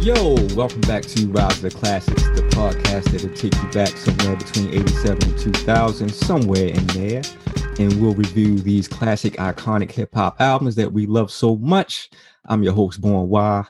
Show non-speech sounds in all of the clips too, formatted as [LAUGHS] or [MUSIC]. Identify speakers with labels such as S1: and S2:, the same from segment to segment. S1: Yo, welcome back to Rise of the Classics, the podcast that'll take you back somewhere between 87 and 2000, somewhere in there. And we'll review these classic, iconic hip hop albums that we love so much. I'm your host, Born Y.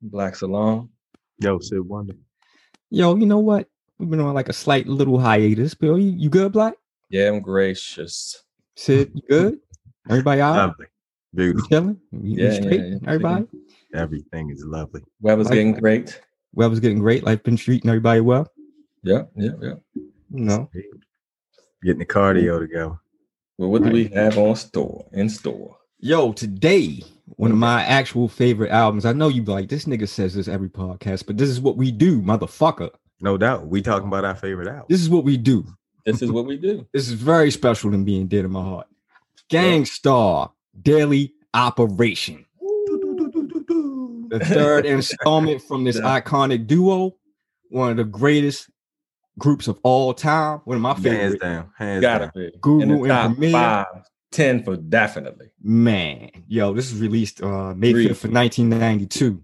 S2: Black Salon.
S3: Yo, Sid Wonder.
S1: Yo, you know what? We've been on like a slight little hiatus, but you, you good, Black?
S2: Yeah, I'm gracious.
S1: Sid,
S2: [LAUGHS]
S1: you good? Everybody all right?
S3: Lovely. Beautiful.
S1: Chilling? We- we
S2: Um, Yeah, yeah,
S1: straight?
S2: yeah.
S1: Everybody?
S3: Everything is lovely.
S2: Weather's
S1: Like-
S2: getting great.
S1: Weather's getting great. Life been treating everybody well?
S2: Yeah, yeah, yeah.
S1: No.
S3: Getting the cardio together.
S2: Well, what do we
S1: Right.
S2: have on store? In store.
S1: Yo, today, one of my actual favorite albums. I know you be like, this nigga says this every podcast, but this is what we do, motherfucker.
S3: No doubt. We talking about our favorite album.
S1: This is what we do.
S2: This is what we do.
S1: This is very special than being dead in my heart. Gangstar Daily Operation. The third installment from this
S2: Yeah.
S1: iconic duo, one of the greatest groups of all time. One of my
S3: Hands
S1: favorite
S3: down. Hands
S2: Gotta
S3: down.
S2: be.
S1: Guru
S2: In the
S1: and
S2: top
S1: Premier.
S2: five, ten for definitely.
S1: man. Yo, this is released uh May
S2: Three.
S1: 5th of 1992.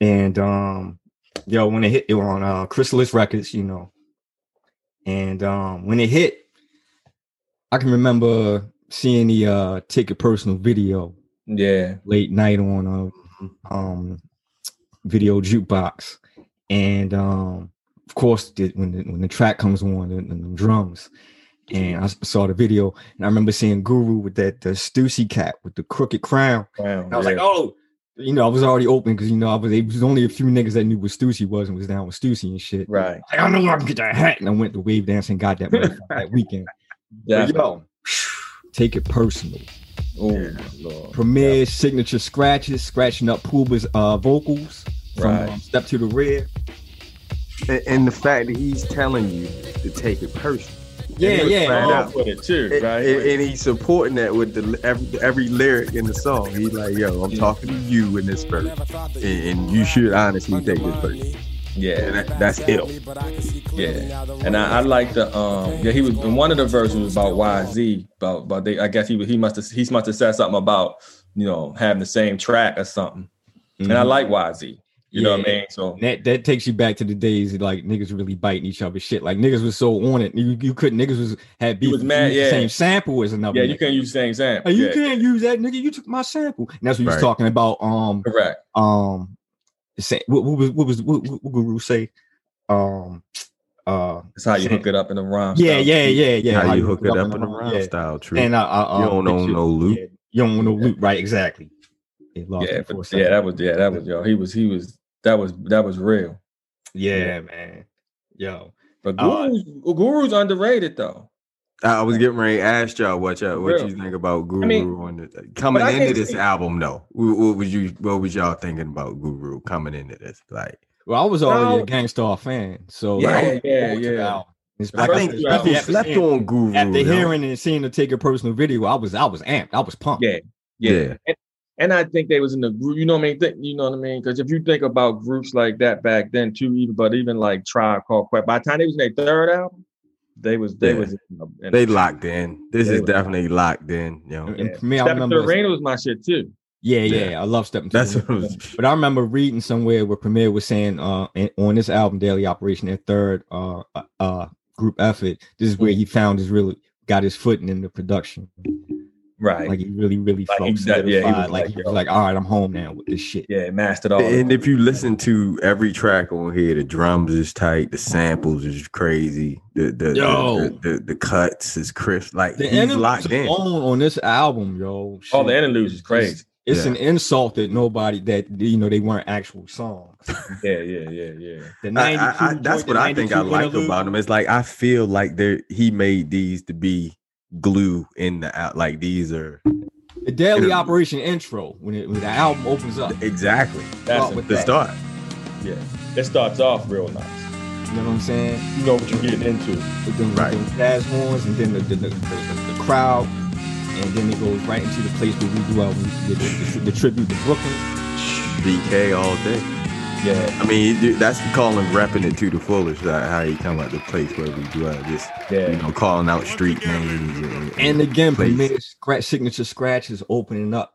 S1: And um yo, when it hit it was on uh Chrysalis Records, you know. And um when it hit, I can remember seeing the uh take a personal video
S2: Yeah.
S1: late night on a um video jukebox and um of course the, when the, when the track comes on and, and the drums and I s- saw the video and I remember seeing Guru with that the Stussy cap with the crooked crown
S2: Wow,
S1: and I was
S2: yeah.
S1: like oh you know I was already open because you know I was it was only a few niggas that knew what Stussy was and was down with Stussy and shit
S2: Right.
S1: I don't know where I can get that hat and I went to wave dancing got that motherfucker
S2: [LAUGHS]
S1: that weekend but
S2: Definitely.
S1: yo take it personal
S2: Oh,
S3: Yeah.
S2: my Lord.
S1: Premier signature scratches, scratching up Pooba's uh, vocals from
S2: Right.
S1: um, Step to the Rear.
S3: And, and the fact that he's telling you to take it personal.
S1: Yeah,
S3: he was
S1: yeah.
S3: flat
S1: oh,
S3: out.
S2: Off with it too,
S3: And,
S2: right?
S3: and, and he's supporting that with the, every, every lyric in the song. He's like, yo, I'm talking to you in this verse. And, and you should honestly take this verse. And
S2: yeah.
S3: that, that's ill.
S2: Yeah, and I, I like the um. Yeah, he was in one of the versions was about YZ, about about they. I guess he was- he must have he must have said something about you know having the same track or something. And I like YZ. You know what I
S1: Yeah.
S2: mean? So
S1: Mm-hmm. That that takes you back to the days that, like niggas really biting each other's shit. Like niggas was so on it. You, you couldn't niggas was had beef.
S2: was
S1: You
S2: mad,
S1: used the
S2: yeah.
S1: Same sample as another.
S2: yeah, you
S1: nigga.
S2: can use the same example.
S1: Like, Oh, you
S2: yeah,
S1: can't use that nigga. You took my sample. And that's what you was
S3: Right.
S1: talking about. Um
S2: correct.
S1: um say, what, what was what was what, what, what Guru say? Um uh
S2: That's how you
S1: Same.
S2: hook it up in the rhyme.
S1: yeah,
S2: style.
S1: yeah, yeah, yeah.
S3: How you hook it up
S1: and
S3: in the round
S1: yeah.
S3: style, true.
S1: And I, I, um,
S3: you don't own
S1: picture-
S3: no loop.
S1: Yeah, you don't want no loot, right? Exactly. It lost
S2: Yeah,
S1: me for a
S2: but-
S1: second.
S2: yeah, that was yeah, that was yo. He was he was that was that was real.
S1: yeah, man. Yo,
S2: But
S1: Uh,
S2: Guru's, Guru's underrated though.
S3: I I was getting ready to ask y'all what y'all what
S2: Real.
S3: you think about Guru
S2: mean,
S3: on the, coming
S2: I
S3: into
S2: can't
S3: this
S2: see-
S3: album though. Wh- What was you what was y'all thinking about Guru coming into this? Like
S1: well, I was already
S2: No.
S1: a Gangstar fan, so
S3: Yeah,
S1: I was
S2: yeah,
S1: forward to the
S2: yeah.
S1: album. It's
S2: I
S1: like
S3: I think
S1: said,
S2: you
S3: people
S1: especially after
S3: slept
S1: seeing-
S3: on Guru
S1: After
S3: though.
S1: hearing and seeing the take a personal video, I was I was amped. I was pumped.
S2: Yeah.
S3: Yeah.
S2: And, and I think they was in the group, you know what I mean? Think, you know what I mean? Because if you think about groups like that back then too, even but even like Tribe Called Quest, by the time they was in their third album, they was they
S3: Yeah.
S2: was in the, in
S3: they locked in. This
S2: They
S3: is
S2: were-
S3: definitely locked in. You know,
S1: And for me, I
S2: Step into
S1: remember.
S2: the Rain was my shit too.
S1: yeah, yeah, I love stepping. To
S3: that's
S1: the
S3: what was,
S1: But I remember reading somewhere where Premier was saying uh in- on this album Daily Operation, their third uh uh, uh group effort, this is where he found his really got his footing in the production.
S2: Right.
S1: Like he really, really
S2: Like,
S1: felt
S2: he said- yeah, he
S1: solidified.
S2: was
S1: like,
S2: like,
S1: he was
S2: yo.
S1: like, all right, I'm home now with this shit.
S2: yeah, mastered all. of
S3: and
S2: it.
S3: if you listen to every track on here, the drums is tight, the samples is crazy, the the
S1: Yo.
S3: the, the, the cuts is crisp. Like
S1: The
S3: he's
S1: interludes
S3: locked in.
S1: alone on this album, yo.
S2: all Oh, the
S1: shit,
S2: interludes is crazy.
S1: It's
S3: Yeah.
S1: an insult that nobody that you know they weren't actual songs.
S2: Yeah, yeah, yeah, yeah.
S1: The
S3: I-
S1: 92
S3: I, I, that's
S1: joint,
S3: what
S1: the
S3: I think I
S1: 92
S3: like
S1: interlude.
S3: about him. It's like I feel like they he made these to be glue in the out. Like these are
S1: the Daily
S3: Interlude.
S1: Operation intro when it when the album opens up.
S3: exactly
S2: That's
S1: Well,
S2: a,
S1: with
S3: the
S1: that-
S3: start.
S2: yeah. It starts off real nice.
S1: You know what I'm saying?
S2: You know what you're getting into.
S1: with them,
S3: Right.
S1: with them jazz horns, and then the, the, the, the, the crowd, and then it goes right into the place where we do our the, the, the, the tribute to Brooklyn.
S3: BK all day.
S2: Yeah,
S3: I mean, he do- that's calling repping it to the fullest. Like how he come out the place where we do uh, just you
S2: yeah.
S3: know calling out street names and,
S1: And again,
S3: place.
S1: Premier scratch signature scratch is opening up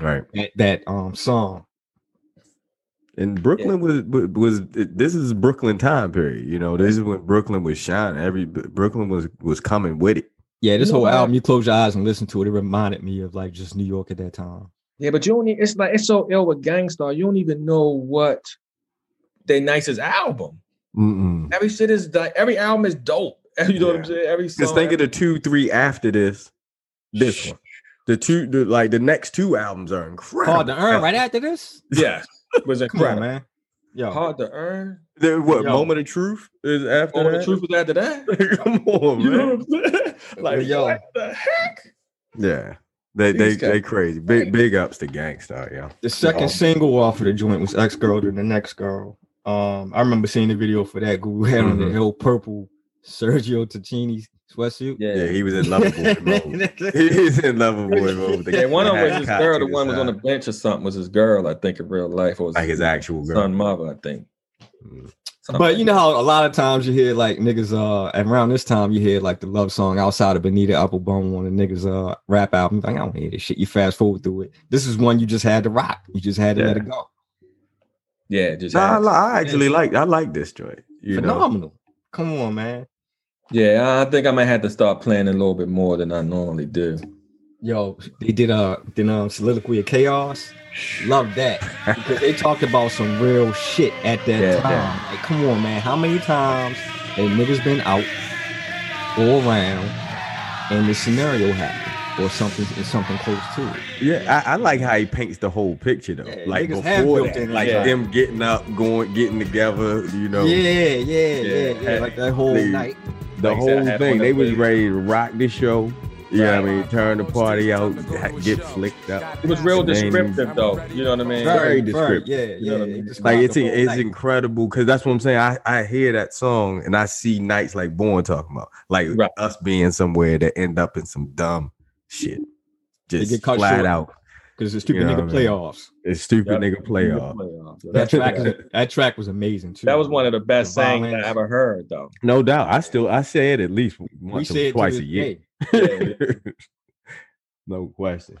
S3: right.
S1: that, that um song.
S3: And Brooklyn was, was was this is Brooklyn time period. You know, this is when Brooklyn was shining. Every Brooklyn was was coming with it.
S1: Yeah, this whole album, you close your eyes and listen to it. It reminded me of like just New York at that time.
S2: Yeah, but you don't. e- It's like it's so ill with Gangstar. You don't even know what their nicest album.
S3: Mm-mm.
S2: Every shit is like every album is dope. [LAUGHS] You know what I'm
S3: Yeah.
S2: saying? Every song.
S3: Just think of the two, three after this. This one, the two, the, like the next two albums are incredible.
S1: Hard to earn right after this.
S2: [LAUGHS] yeah, was
S1: Come on,
S2: incredible.
S1: man. Yo,
S2: Hard to earn.
S3: The, what
S1: Yo.
S3: moment of truth is after
S2: All
S3: that?
S2: the truth was after
S3: [LAUGHS]
S2: that.
S3: Come on,
S2: You
S3: man.
S2: know what I'm saying? [LAUGHS] Like
S1: Yo.
S2: what the heck?
S3: Yeah. They they
S2: These guys-
S3: they crazy. Big big ups to Gangstar, yo.
S1: the second
S3: Oh.
S1: single off of the joint was X Girl to the Next Girl. Um, I remember seeing the video for that. Who had on the old purple Sergio Tacchini sweatsuit.
S3: Yeah, he was in love with
S2: [LAUGHS]
S3: boy mode.
S1: [LAUGHS]
S3: He's in love with boy mode.
S2: Yeah, one of them was his
S3: Cocked
S2: girl.
S3: to
S2: The one was on the
S3: side.
S2: bench or something. Was his girl? I think in real life. Or was
S3: like his actual
S2: son,
S3: girl.
S2: mother. I think.
S3: Mm.
S2: Something
S1: But you
S2: like
S1: know how a lot of times you hear like niggas uh and around this time you hear like the love song outside of Benita Applebum on a niggas uh rap album. Like I don't hear this shit. You fast forward through it. This is one you just had to rock. You just had to let
S3: Yeah.
S1: it go.
S2: that. yeah, just
S3: Nah, I,
S2: had-
S3: li- I actually like I like this joint. You know,
S1: Phenomenal. Come on, man.
S2: Yeah, I think I might have to start playing a little bit more than I normally do.
S1: Yo, they did uh then um soliloquy of chaos. Love that because they talked about some real shit at that
S2: Yeah,
S1: time.
S2: yeah.
S1: Like, come on, man, how many times a niggas been out or around and the scenario happened or something and something close to it?
S3: yeah, I, I like how he paints the whole picture though.
S1: Yeah,
S3: like
S1: niggas have
S3: before
S1: built
S3: that,
S1: in
S3: like
S2: design.
S3: them getting up, going, getting together. You know,
S1: Yeah, yeah, yeah, yeah,
S2: Yeah.
S1: Like that whole
S3: Dude.
S1: night.
S3: the
S2: Like I said, I
S3: whole
S2: had
S3: thing.
S2: one of
S3: They was
S2: those.
S3: ready to rock the show. You know what I
S2: Right.
S3: mean? Turn the party out, ha- get flicked up.
S2: It was real
S3: Name.
S2: descriptive though. You know what I mean?
S3: Very
S1: Right, right,
S3: descriptive.
S1: Yeah, yeah.
S2: know what I
S1: they
S2: mean?
S1: described
S3: like it's
S1: the whole
S3: it's
S1: night.
S3: incredible because that's what I'm saying. I, I hear that song and I see nights like Born talking about like
S2: Right.
S3: us being somewhere that end up in some dumb shit, just
S1: get cut
S3: flat
S1: short.
S3: out.
S1: because it's stupid
S3: you know
S1: nigga
S3: what I mean?
S1: playoffs.
S3: It's stupid
S2: Yep.
S3: nigga playoff.
S2: Playoff.
S1: That
S2: That's
S1: track, is, that track was amazing too.
S2: that was one of the best
S1: The
S2: things
S1: violence.
S2: I ever heard though.
S3: No doubt. I still I say it at least once or
S1: it to
S3: twice
S1: this
S3: a year.
S1: day.
S2: Yeah.
S3: no question.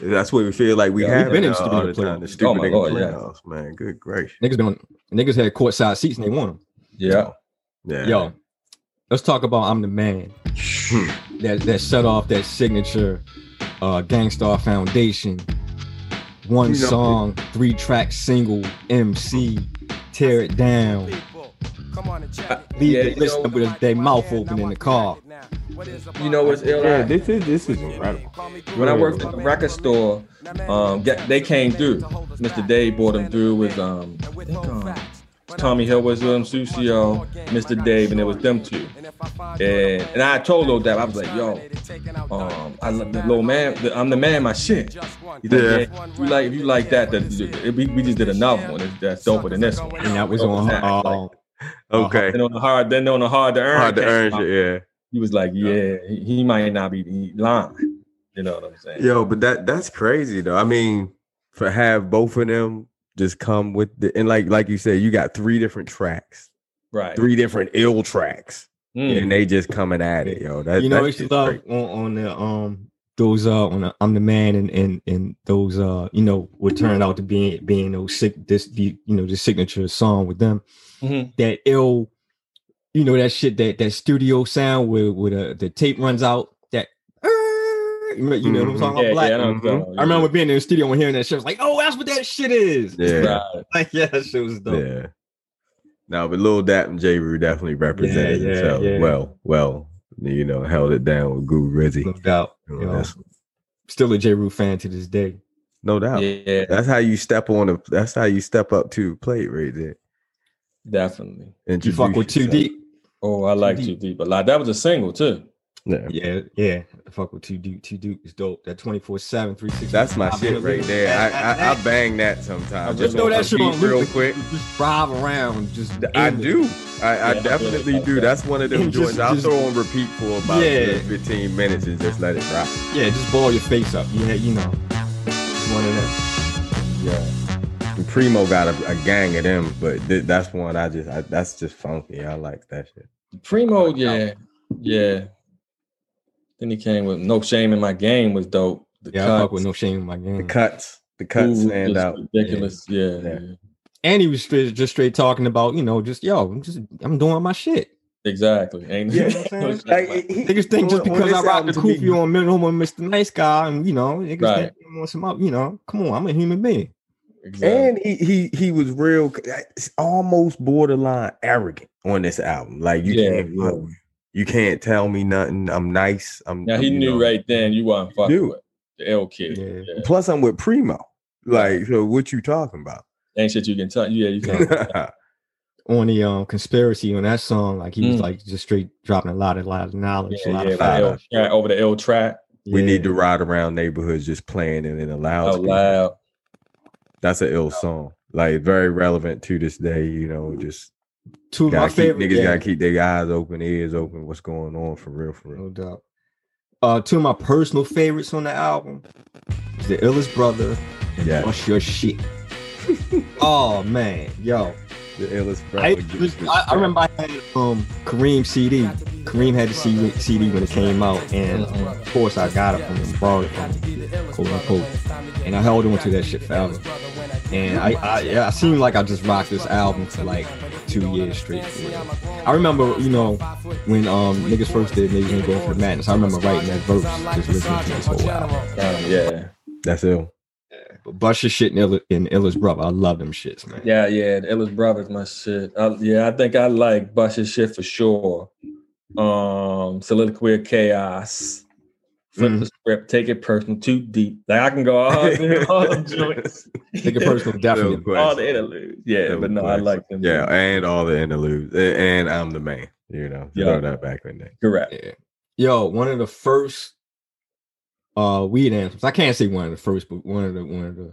S3: That's what we feel like we
S2: Yeah,
S3: have
S1: we've been in
S3: all
S1: stupid
S3: all the
S1: nigga
S3: time. The
S1: playoffs.
S3: stupid
S2: Oh my
S3: nigga
S2: Lord, yeah.
S3: playoffs, man. Good gracious.
S1: Niggas been on, niggas had courtside seats and they won them.
S2: Yeah.
S3: Yeah. [LAUGHS]
S1: Yo, let's talk about I'm the man. that that set off that signature uh Gangstar Foundation. One
S3: You know-
S1: song, three track single, MC, tear it down. Leave
S2: Yeah,
S1: the
S2: you
S1: listener
S2: know-
S1: with their mouth open in the car.
S2: You know what's ill?
S3: Yeah, this is this is incredible.
S2: When I worked at the record store, um, get, they came through. Mr. Day brought them through with um, I think, um, Tommy Hill was with him, Susio, Mr. Dave, and it was them two. And, and I told Lil Dap, I was like, yo, um, I love the Lil Man, the, I'm the man, my shit. He's like,
S3: Yeah.
S2: you like if you like that, that we, we just did another one that's doper than this one.
S1: And that was on her.
S2: Like,
S1: Uh,
S3: Okay.
S2: then on the hard, then on the hard to earn.
S3: Hard to
S2: came
S3: earn
S2: out.
S3: shit, yeah.
S2: He was like, yeah, he, he might not be he lying. You know what I'm saying?
S3: Yo, but that that's crazy though. I mean, for have both of them just come with the and like like you said, you got three different tracks,
S2: Right.
S3: three different ill tracks,
S2: Mm.
S3: and they just coming at it, yo. That,
S1: you know,
S3: that
S1: it's
S3: shit's
S1: love
S3: crazy.
S1: on, on the um those uh on the, I'm the man and and and those uh you know what turned out to be being those sick this the you know the signature song with them
S2: Mhm.
S1: that ill you know that shit that that studio sound where where the, the tape runs out that uh, you know you know what I'm talking about
S2: Mm-hmm. Yeah,
S1: black
S2: yeah, I, know what you're
S3: Mhm.
S2: talking
S1: I
S2: about.
S1: remember being in the studio and hearing that shit. I was like, "Oh, that's what that shit is." [LAUGHS]
S3: Yeah,
S2: Right.
S1: Like, yeah, that shit was dope.
S3: yeah. No, but Lil Dap and J. Rue definitely represented
S1: yeah,
S3: themselves
S1: yeah.
S3: well, well. You know, held it down with Goo
S1: No
S3: Rizzy.
S1: doubt.
S3: on
S1: You know,
S3: this one.
S1: still a J. Rue fan to this day.
S3: No doubt.
S2: Yeah,
S3: That's how you step on the. That's how you step up to the plate right there.
S2: definitely.
S1: You fuck with
S3: Introduce
S1: Two
S3: yourself.
S1: Deep.
S2: Oh, I like
S1: Deep.
S2: Too Deep a lot. That was a single too.
S3: Yeah.
S1: Yeah, yeah. I fuck with two Duke. Two Duke is dope. That 24 7, 360.
S3: That's my shit right there. I,
S1: [LAUGHS]
S3: I, I bang that sometimes.
S1: just
S3: Just
S1: throw
S3: on
S1: that
S3: some
S1: shit on
S3: beats
S1: loop
S3: real
S1: and
S3: quick.
S1: Just drive around. Just
S3: I
S1: aim it.
S3: do. I, I
S2: Yeah, I
S3: definitely
S2: feel it.
S1: [LAUGHS]
S3: do. That's one of them
S1: And just-
S3: joints I'll
S1: just-
S3: throw on repeat for about
S1: Yeah.
S3: good 15 minutes and just let it rock.
S1: Yeah, just ball your face up. Yeah, you know. It's one of them.
S2: Yeah.
S3: And Primo got a, a gang of them, but th- that's one I just I, that's just funky. I like that shit.
S2: Primo, yeah, yeah. Then he came with No Shame in My Game was dope. The
S1: Yeah, I
S2: cuts,
S1: fuck with no shame in my
S3: The
S1: game.
S3: cuts, the cuts
S2: Mm. Ooh,
S3: stand
S2: just
S3: out.
S2: Ridiculous. Yeah.
S3: Yeah.
S2: yeah.
S1: and he was straight, just straight talking about, you know, just yo, I'm just I'm doing my shit.
S2: Exactly. Ain't yeah. [LAUGHS]
S1: like, he, niggas think just because I rock the kufi on minimum and Mr. Nice Guy, and you know, niggas
S2: Right.
S1: think they want some out. You know, come on, I'm a human being.
S2: Exactly.
S3: And he he he was real it's almost borderline arrogant on this album. Like you
S2: Yeah,
S3: can't
S2: yeah.
S3: you can't tell me nothing. I'm nice. I'm
S2: Now he
S3: I'm, you
S2: knew
S3: know.
S2: right then you weren't fucking
S3: Dude.
S2: with the L kid.
S1: Yeah.
S2: Yeah.
S3: Plus I'm with Primo. Like, so what you talking about?
S2: Ain't shit you can tell. Yeah, you can.
S1: On the um conspiracy on that song, like he was
S2: Mm.
S1: like just straight dropping a lot of lot of knowledge, a
S2: yeah,
S1: lot
S2: yeah,
S1: of
S2: with the L track over the L track
S3: [LAUGHS] we
S1: Yeah.
S3: need to ride around neighborhoods just playing it in a
S2: out
S3: loud
S2: loud.
S3: That's an ill song. Like very relevant to this day, you know, just
S1: two of my
S3: gotta keep,
S1: favorite
S3: niggas
S1: yeah,
S3: gotta keep their eyes open, ears open, what's going on for real, for real.
S1: no doubt. Uh, two of my personal favorites on the album, is the illest brother.
S3: Yeah.
S1: What's your shit? oh man, yo.
S3: The illest
S1: I,
S3: brother
S1: was-
S3: gets
S1: I, I
S3: respect.
S1: remember I had um Kareem CD. Kareem had the CD, CD when it came out, and um, of course I got it from him, borrowed it from him, quote unquote. And I held on to that shit forever. And I, I yeah, I seemed like I just rocked this album for like two years straight. I remember, you know, when um niggas first did niggas ain't going for the madness. I remember writing that verse, just listening to this whole album.
S2: Damn, yeah.
S3: that's ill.
S1: But Buster shit and, Ill- and Illa's brother, I love them shits, man.
S2: Yeah, yeah. The Ellis Brothers, my shit. I, yeah, I think I like Bush's shit for sure. Um, Soliloquy of Chaos. Flip
S1: Mm-hmm.
S2: the script, take it personal, too deep. Like I can
S1: [LAUGHS]
S2: go all, all them joints.
S1: Take it personal, definitely.
S3: Ill
S2: [LAUGHS] all
S3: question.
S2: the interludes. Yeah,
S3: Ill
S2: but no, I
S3: question.
S2: like them.
S3: Yeah, and all the interludes. A- And I'm the man, you know.
S2: Yeah.
S3: Throw that back in there.
S2: Correct.
S1: Yeah. Yo, one of the first uh weed anthems. I can't say one of the first, but one of the one of the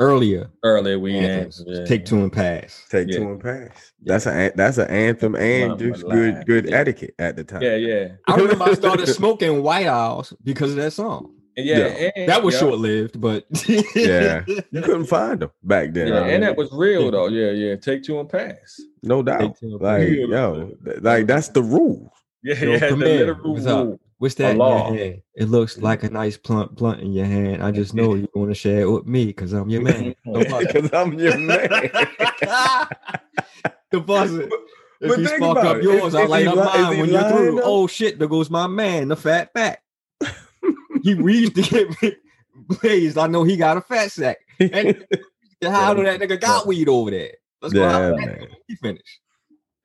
S1: earlier
S2: Earlier we
S1: anthems.
S2: answered, yeah.
S1: Take two and pass.
S3: Take
S2: Yeah.
S3: two and pass. That's a that's an anthem and
S2: Mama
S3: just
S2: lied.
S3: good good
S2: Yeah.
S3: etiquette at the time.
S2: Yeah, yeah.
S1: I remember I [LAUGHS] started smoking White Owls because of that song.
S2: And yeah,
S3: Yeah.
S2: And,
S1: That was
S2: yeah.
S1: short lived, but [LAUGHS]
S3: Yeah. You couldn't find them back then.
S2: Yeah,
S3: I mean,
S2: and that was real though. Yeah, yeah. Take two and pass.
S3: no
S1: Take
S3: doubt.
S1: two and
S3: Like
S1: pass.
S3: yo, th- like that's the rule. [LAUGHS]
S2: Yeah,
S1: Yo,
S2: yeah. The
S1: come in.
S2: literal
S1: What's up?
S2: rule.
S1: What's that in
S2: law.
S1: your hand? It looks like a nice plump blunt in your hand. I just know you want to share it with me because I'm your
S3: [LAUGHS]
S1: man. The buzzer.
S3: Because I'm your man.
S1: The buzzer. If
S3: but
S1: you
S3: think
S1: spark
S3: about
S1: up
S3: it.
S1: yours,
S3: Is-
S1: I
S3: is
S1: light
S3: he
S1: up
S3: li- is
S1: mine
S3: he
S1: when you're
S3: lying
S1: through.
S3: though?
S1: Oh shit, there goes my man, the fat back.
S3: [LAUGHS]
S1: he we used to get blazed. I know he got a fat sack.
S3: [LAUGHS]
S1: And how do that nigga got weed over there? Let's go
S3: Yeah,
S1: out back
S3: man.
S1: when he finished.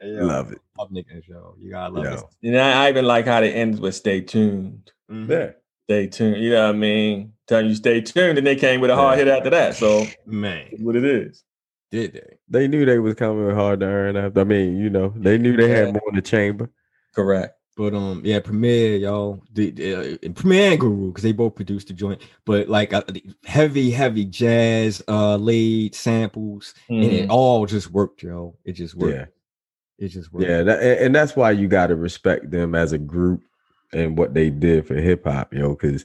S1: Hey, yo,
S3: Love it.
S1: love niggas, yo. You gotta love
S2: [LAUGHS]
S3: Yo.
S2: And I, Mm-hmm. I even like how they ends with stay tuned.
S1: it. Mhm.
S3: Yeah.
S2: Stay tuned. You know what I mean? Telling you stay tuned, and they came with a hard hit after that. So
S1: Man,
S2: it's what it is.
S1: did they?
S3: They knew they was coming hard to earn after. I mean, you know, they knew they
S2: Yeah.
S3: had more in the chamber.
S2: Correct.
S1: But um, yeah, Premier, y'all, the, the uh, Premier and Guru, because they both produced the joint. But like uh, the heavy, heavy jazz, uh, laid samples, and
S2: Mhm.
S1: it all just worked, yo. It just worked.
S3: Mm-hmm. Yeah.
S1: It just worked.
S3: Yeah, that, and, and that's why you got to respect them as a group and what they did for hip hop, yo, because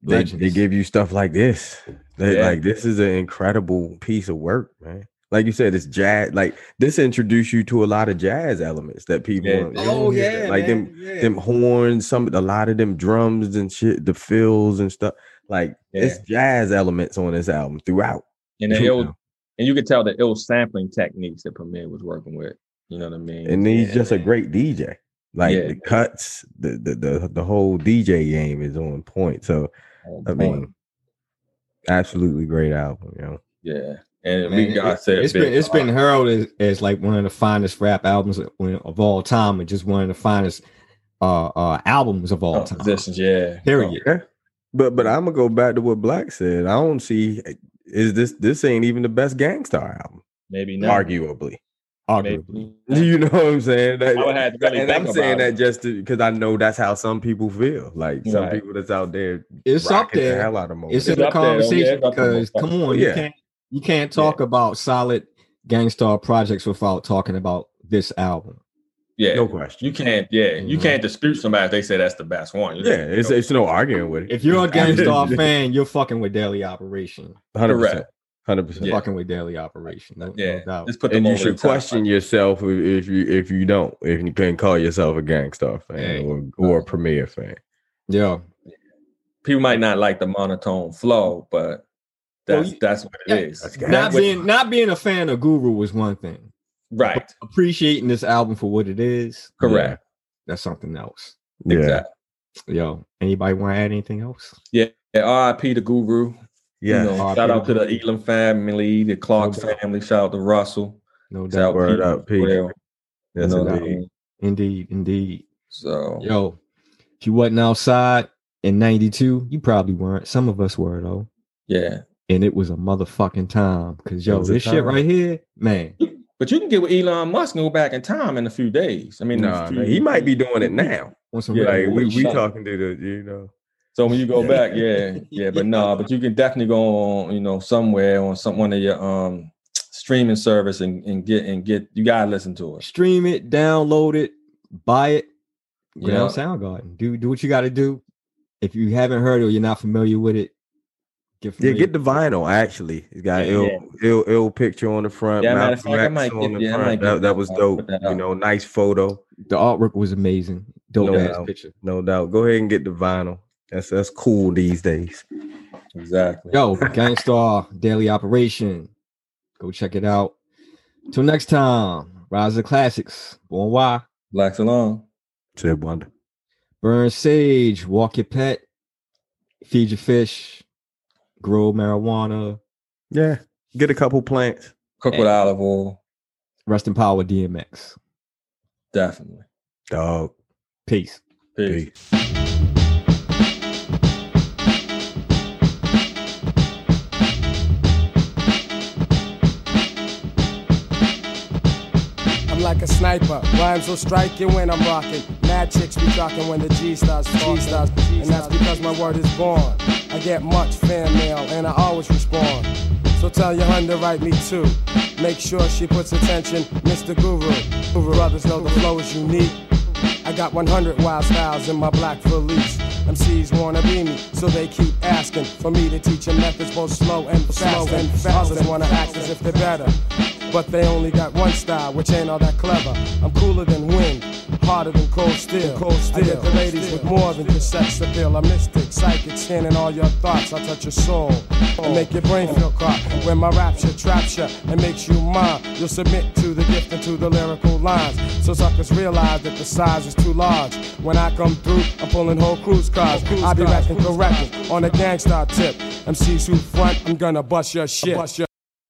S3: they, they
S1: Legends.
S3: give you stuff like this. They,
S2: Yeah.
S3: Like this is an incredible piece of work, man. Like you said, it's jazz. Like this introduced you to a lot of jazz elements that people.
S2: Yeah.
S3: don't- they don't hear that. like them
S1: Oh, yeah.
S3: them horns, some a lot of them drums and shit, the fills and stuff. Like it's jazz elements on this album throughout.
S2: And the
S3: you
S2: ill,
S3: know.
S2: and you could tell the ill sampling techniques that Premier was working with. You know what I mean?
S3: and he's
S1: Yeah,
S3: just a
S1: man.
S3: great DJ. Like
S2: Yeah.
S3: the cuts, the, the the the whole DJ game is on point. So
S2: Oh,
S3: I mean, absolutely great album, yo.
S2: yeah. And
S1: Man,
S2: we got
S1: it,
S2: said
S1: has been it's
S3: uh,
S1: been heralded as, as like one of the finest rap albums of, of all time, and just one of the finest uh, uh albums of
S3: Oh,
S1: all time.
S2: positions. Yeah.
S1: Period.
S3: Yeah. But but I'm gonna go back to what Black said. I don't see eh, is this this ain't even the best Gangstar album,
S2: Maybe not.
S3: arguably. Oh,
S1: Arguably,
S2: Maybe.
S3: [LAUGHS] You know what I'm saying? That-
S2: I would have to really
S3: and
S2: think
S3: I'm saying
S2: about
S3: that
S2: it.
S3: just because I know that's how some people feel. Like some
S2: Right.
S3: people that's out there
S1: it's up
S3: rocking the
S1: there.
S3: hell out of
S1: It's
S3: Mobile.
S1: in
S2: It's
S1: the
S2: up there, oh, yeah,
S1: conversation
S2: it's up there.
S1: because come on, you
S3: Yeah.
S1: can't you can't talk about solid gangstar projects without talking about this album.
S2: Yeah.
S3: No question.
S2: You can't, yeah, you
S1: Mhm.
S2: can't dispute somebody if they say that's the best one.
S3: Mm-hmm. Yeah, it's it's no arguing with it.
S1: If
S2: [LAUGHS]
S3: [LAUGHS]
S1: you're a gangstar
S3: Yeah.
S1: fan, you're fucking with Daily Operation.
S3: Hundred percent.
S2: Correct.
S3: Hundred
S1: You're
S3: percent.
S1: fucking with Daily Operation. No, no
S2: yeah.
S1: doubt.
S2: Just put them
S3: And you
S2: over the
S3: should
S2: top.
S3: question yourself if, if you if you don't if you can call yourself a gangstar fan
S1: Hey.
S3: or, or a premier fan.
S1: Yeah.
S2: People might not like the monotone flow, but That's well, that's what it is. That's
S1: not being it. not being a fan of Guru was one thing,
S2: right?
S1: But appreciating this album for what it is,
S2: correct.
S1: Yeah, that's something else.
S2: Yeah. Exactly.
S1: Yo, anybody want to add anything else?
S2: Yeah. yeah R.I.P. to Guru.
S4: Yeah.
S2: You know, shout out to the Elam family, the Clark no family. Shout out to Russell.
S1: No
S2: doubt.
S4: Word up, Pete. Well.
S1: Yes, you know indeed. I mean? indeed, indeed.
S2: So,
S1: yo, if you wasn't outside in '92, you probably weren't. Some of us were though.
S2: Yeah.
S1: And it was a motherfucking time because yo, this shit right here, man.
S2: But you can get with Elon Musk and go back in time in a few days. I mean,
S4: nah, few, he might be doing it now.
S2: Yeah,
S4: like, we, we talking to the, you know.
S2: So when you go back, yeah, yeah, but no, nah, but you can definitely go on, you know, somewhere on some one of your um streaming service and, and get and get you gotta listen to it.
S1: Stream it, download it, buy it. Go yeah. down Soundgarden. Do do what you gotta do. If you haven't heard or you're not familiar with it,
S4: get familiar. Yeah, get the vinyl actually. It's got yeah, ill, yeah. ill ill picture on the front.
S2: Yeah, matter of fact, I might get,
S4: yeah, front. I might that, that was dope. That you know, nice photo.
S1: The artwork was amazing. Dope
S4: no
S1: ass
S4: doubt.
S1: picture.
S4: No doubt. Go ahead and get the vinyl. That's that's cool these days.
S2: Exactly.
S1: Yo, Gangstar Daily Operation. Go check it out. Till next time, Rise of the Classics. Born Why.
S2: Blacks along.
S4: To wonder.
S1: Burn sage, walk your pet, feed your fish, grow marijuana.
S4: Yeah. Get a couple plants.
S2: Cook with olive oil.
S1: Rest in power, DMX.
S2: Definitely.
S4: Dog.
S1: Peace.
S2: Peace. Peace.
S5: like a sniper. Rhymes will strike you when I'm rocking. Mad chicks be talking when the G starts talking. G starts, and that's because my word is born. I get much fan mail and I always respond. So tell your hun to write me too. Make sure she puts attention, Mr. Guru. Guru brothers know the flow is unique. I got 100 wild styles in my black valise. MCs wanna be me, so they keep asking for me to teach them methods both slow and fast. Slow and fast. Others wanna act as if they're better but they only got one style, which ain't all that clever. I'm cooler than wind, harder than cold steel. Cold steel. I get the ladies with more than just sex appeal. I'm mystic, psychic, scanning all your thoughts. I touch your soul and make your brain feel caught. When my rapture traps you and makes you mine, you'll submit to the gift and to the lyrical lines. So suckers realize that the size is too large. When I come through, I'm pulling whole cruise cars. I be racking, correcting on a gangsta tip. MCs who front, I'm gonna bust your shit.